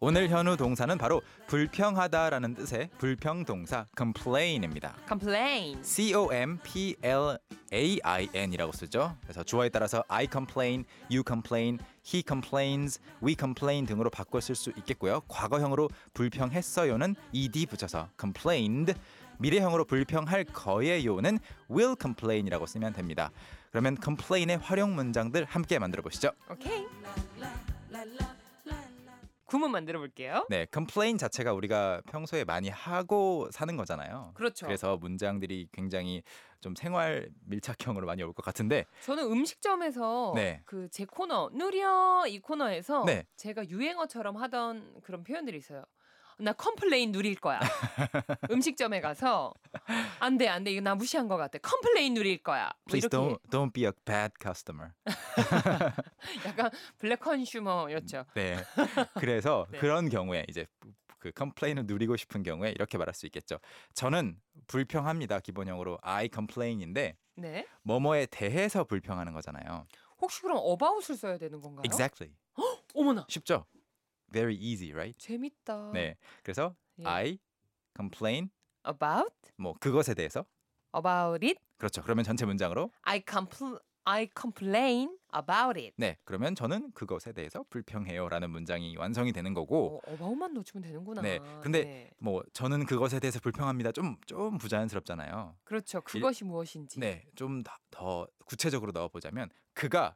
오늘 현우 동사는 바로 불평하다라는 뜻의 불평 동사 complain입니다. complain. C O M P L A I N이라고 쓰죠. 그래서 주어에 따라서 I complain, you complain, he complains, we complain 등으로 바꿔 쓸 수 있겠고요. 과거형으로 불평했어요는 ed 붙여서 complained, 미래형으로 불평할 거예요는 will complain이라고 쓰면 됩니다. 그러면 complain의 활용 문장들 함께 만들어 보시죠. 오케이. 구문 만들어 볼게요. 네, complain 자체가 우리가 평소에 많이 하고 사는 거잖아요. 그렇죠. 그래서 문장들이 굉장히 좀 생활 밀착형으로 많이 올 것 같은데 저는 음식점에서 네. 그 제 코너 누려 이 코너에서 네. 제가 유행어처럼 하던 그런 표현들이 있어요. 나 컴플레인 누릴 거야. 음식점에 가서 안 돼 안 돼 이거 나 무시한 것 같아. 컴플레인 누릴 거야. 뭐 please 이렇게 don't don't be a bad customer. 약간 블랙 컨슈머였죠. 네. 그래서 네. 그런 경우에 이제 그 컴플레인을 누리고 싶은 경우에 이렇게 말할 수 있겠죠. 저는 불평합니다. 기본형으로 I complain인데 네. 뭐뭐에 대해서 불평하는 거잖아요. 혹시 그럼 어바웃을 써야 되는 건가요? Exactly. 어머나 쉽죠? Very easy, right? 재밌다. 네. 그래서 어. 예. I complain about 뭐 그것에 대해서 about it. 그렇죠. 그러면 전체 문장으로 I compl I complain about it. 네. 그러면 저는 그것에 대해서 불평해요라는 문장이 완성이 되는 거고 어, 어바웃만 놓치면 되는구나. 네, 근데 네. 뭐 저는 그것에 대해서 불평합니다. 좀 좀 부자연스럽잖아요. 그렇죠. 그것이 무엇인지. 네, 좀 더 구체적으로 넣어보자면 그가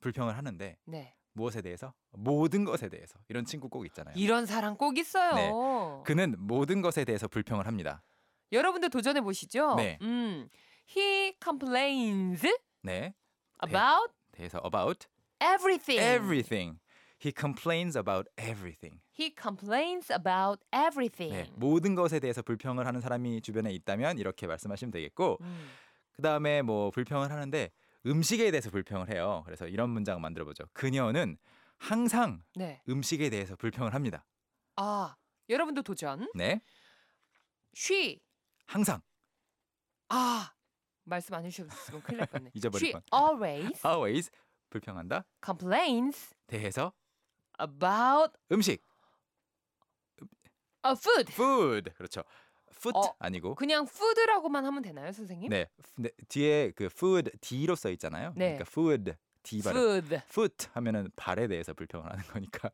불평을 하는데 네. 무엇에 대해서 모든 것에 대해서 이런 친구 꼭 있잖아요. 이런 사람 꼭 있어요. 네. 그는 모든 것에 대해서 불평을 합니다. 여러분들 도전해 보시죠. 네. 음. He complains 네, about 대해서 about everything. everything. He complains about everything. He complains about everything. 네, 모든 것에 대해서 불평을 하는 사람이 주변에 있다면 이렇게 말씀하시면 되겠고 음. 그다음에 뭐 불평을 하는데 음식에 대해서 불평을 해요. 그래서 이런 문장 만들어 보죠. 그녀는 항상 네. 음식에 대해서 불평을 합니다. 아, 여러분도 도전. 네. She 항상 아, 말씀 안 해주셨으면 큰일 날 뻔네. 잊어버릴 She 뻔. 아. always always 불평한다. complains 대해서 about 음식 a food. food 그렇죠. foot 어, 아니고 그냥 food라고만 하면 되나요, 선생님? 네. 근데 뒤에 그 food d로 써 있잖아요. 네. 그러니까 food d 발음. food. foot 하면은 발에 대해서 불평을 하는 거니까.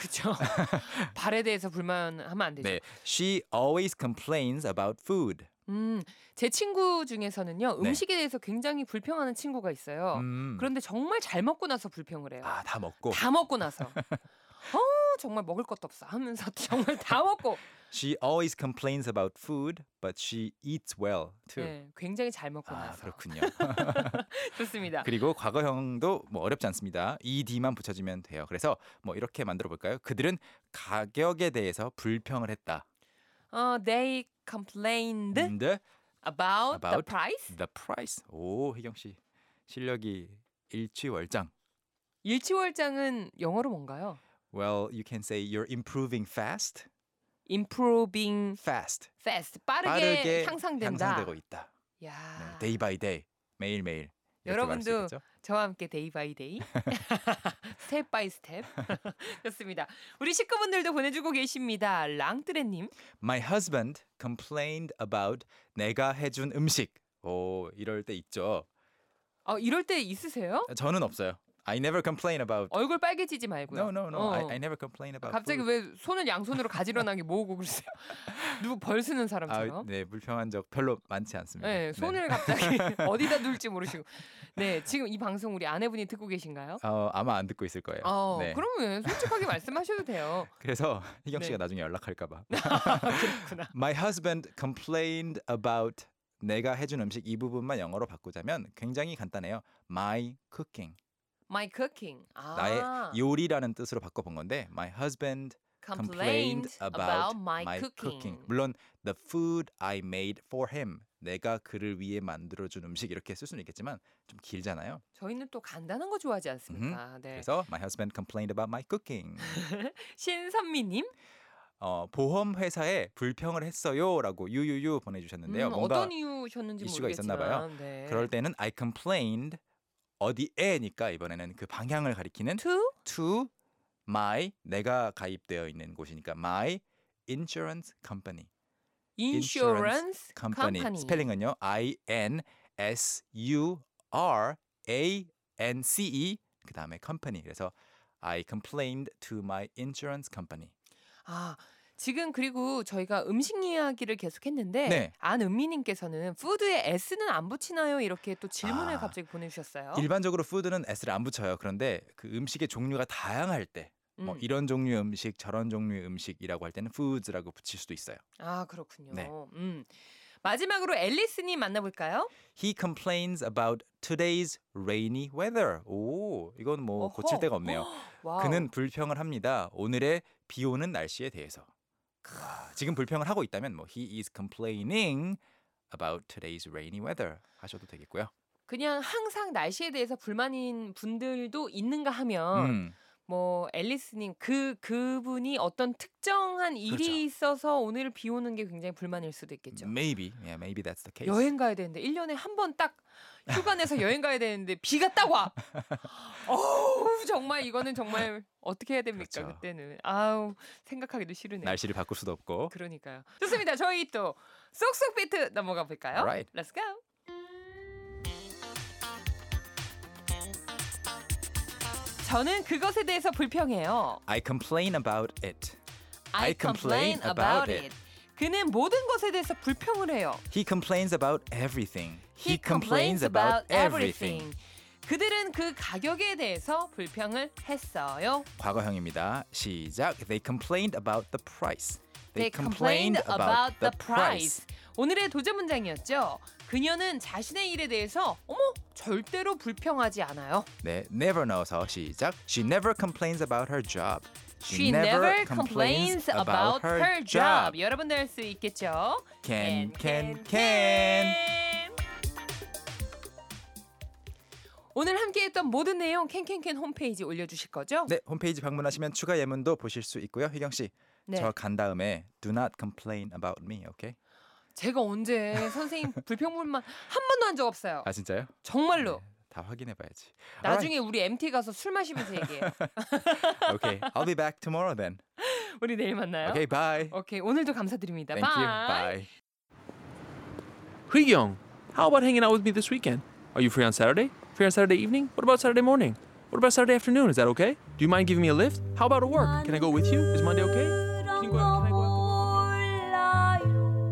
그렇죠. 발에 대해서 불만하면 안 되죠. 네. She always complains about food. 음, 제 친구 중에서는요 네. 음식에 대해서 굉장히 불평하는 친구가 있어요. 음. 그런데 정말 잘 먹고 나서 불평을 해요. 아다 뭐. 먹고. 다 먹고 나서 어 정말 먹을 것도 없어 하면서 정말 다 먹고 She always complains about food, but she eats well too. 네, 굉장히 잘 먹고 아 나서 그렇군요. 좋습니다. 그리고 과거형도 뭐 어렵지 않습니다. ed만 붙여주면 돼요. 그래서 뭐 이렇게 만들어 볼까요? 그들은 가격에 대해서 불평을 했다. 어, they complained And the about, the 음. about price. price. 오 혜경 씨 실력이 일취월장. 일치월장은 영어로 뭔가요? Well, you can say you're improving fast. Improving Fast. fast 빠르게, 향상된다. 향상되고 있다. 네, 야, day by day. 매일 매일. 이렇게 말할 수 여러분도 있겠죠? 저와 함께 데이 바이 데이 스텝 바이 스텝 좋습니다. 우리 식구분들도 보내주고 계십니다. 랑뜨레님 My husband complained about 내가 해준 음식. 오 이럴 때 있죠. 어, 이럴 때 있으세요? 저는 없어요. I never complain about 얼굴 빨개지지 No, 말고요. no, no. 어. I, I never complain about. 갑자기 food. 왜 손을 양손으로 가지런하게 모으고 그러세요? 누구 벌 쓰는 아, 사람처럼. 네, 불평한 적 별로 많지 않습니다. 네, 손을 갑자기 어디다 둘지 모르시고. 네, 지금 이 방송 우리 아내분이 듣고 계신가요? 어, 아마 안 듣고 있을 거예요. 어, 네. 그러면 솔직하게 말씀하셔도 돼요. 그래서 희경 네. 씨가 나중에 연락할까 봐. 그렇구나. My husband complained about 내가 해준 음식 이 부분만 영어로 바꾸자면 굉장히 간단해요. My cooking. My cooking. 아, 나의 요리라는 뜻으로 바꿔 본 건데 my husband complained about, my, cooking. 물론 the food I made for him. 내가 그를 위해 만들어 준 음식 이렇게 쓸 수는 있겠지만 좀 길잖아요. 저희는 또 간단한 거 좋아하지 음. 않습니까? 네. 그래서 my husband complained about my cooking. 신선미님, 어, 보험 회사에 불평을 했어요라고 유유유 보내주셨는데요. 음, 네, 뭔가 어떤 이유셨는지 이슈가 있었나 모르겠지만 봐요. 네. 그럴 때는 I complained 어디에니까 이번에는 그 방향을 가리키는 to to my 내가 가입되어 있는 곳이니까 my insurance company insurance company, company. 스펠링은요 I N S U R A N C E 그 다음에 company 그래서 I complained to my insurance company 아 지금 그리고 저희가 음식 이야기를 계속했는데 네. 안은미님께서는 푸드에 S는 안 붙이나요? 이렇게 또 질문을 아, 갑자기 보내주셨어요. 일반적으로 푸드는 S를 안 붙여요 그런데 그 음식의 종류가 다양할 때 뭐 음. 이런 종류의 음식 저런 종류의 음식이라고 할 때는 foods라고 붙일 수도 있어요 아 그렇군요. 네. 음. 마지막으로 앨리스님 만나볼까요? He complains about today's rainy weather 오 이건 뭐 어허. 고칠 데가 없네요 와우. 그는 불평을 합니다. 오늘의 비 오는 날씨에 대해서. 와, 지금 불평을 하고 있다면 뭐 he is complaining about today's rainy weather 하셔도 되겠고요. 그냥 항상 날씨에 대해서 불만인 분들도 있는가 하면 음, 뭐 앨리스님 그 그분이 어떤 특정한 일이 그렇죠. 있어서 오늘 비 오는 게 굉장히 불만일 수도 있겠죠. maybe, yeah, maybe that's the case. 여행 가야 되는데 1년에 한 번 딱 휴가 내서 여행 가야 되는데 비가 딱 와. 어우 정말 이거는 정말 어떻게 해야 됩니까 그렇죠. 그때는 아우 생각하기도 싫으네요. 날씨를 바꿀 수도 없고. 그러니까요. 좋습니다. 저희 또 쏙쏙 비트 넘어가 볼까요? Alright. Let's go. 저는 그것에 대해서 불평해요. I complain about it. I, I complain about it. 그는 모든 것에 대해서 불평을 해요. He complains about everything. 그들은 그 가격에 대해서 불평을 했어요. 과거형입니다. 시작. They complained about the price. 오늘의 도전 문장이었죠. 그녀는 자신의 일에 대해서 어머 절대로 불평하지 않아요. 네, never 넣어서 시작. She never complains about her job. She never complains about her job. 여러분도 할 수 있겠죠. Can, can, 오늘 함께했던 모든 내용 캔캔캔 홈페이지 올려주실 거죠? 네, 홈페이지 방문하시면 추가 예문도 보실 수 있고요. 희경 씨, 네. 저 간 다음에 do not complain about me, 오케이? 제가 언제 선생님 불평불만 한 번도 한 적 없어요. 아 진짜요? 정말로. 다 확인해봐야지. 나중에 우리 MT 가서 술 마시면서 얘기해요. Alright, okay, I'll be back tomorrow then. 우리 내일 만나요. Okay, bye. 오케이, 오늘도 감사드립니다. Thank you. 네. Bye. Bye. Young, how about hanging out with me this weekend? Are you free on Saturday? Free on Saturday evening? What about Saturday morning? What about Saturday afternoon? Is that okay? Do you mind giving me a lift? How about at work? Can I go with you? Is Monday okay? Can you go out? Can I go out?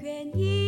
괜히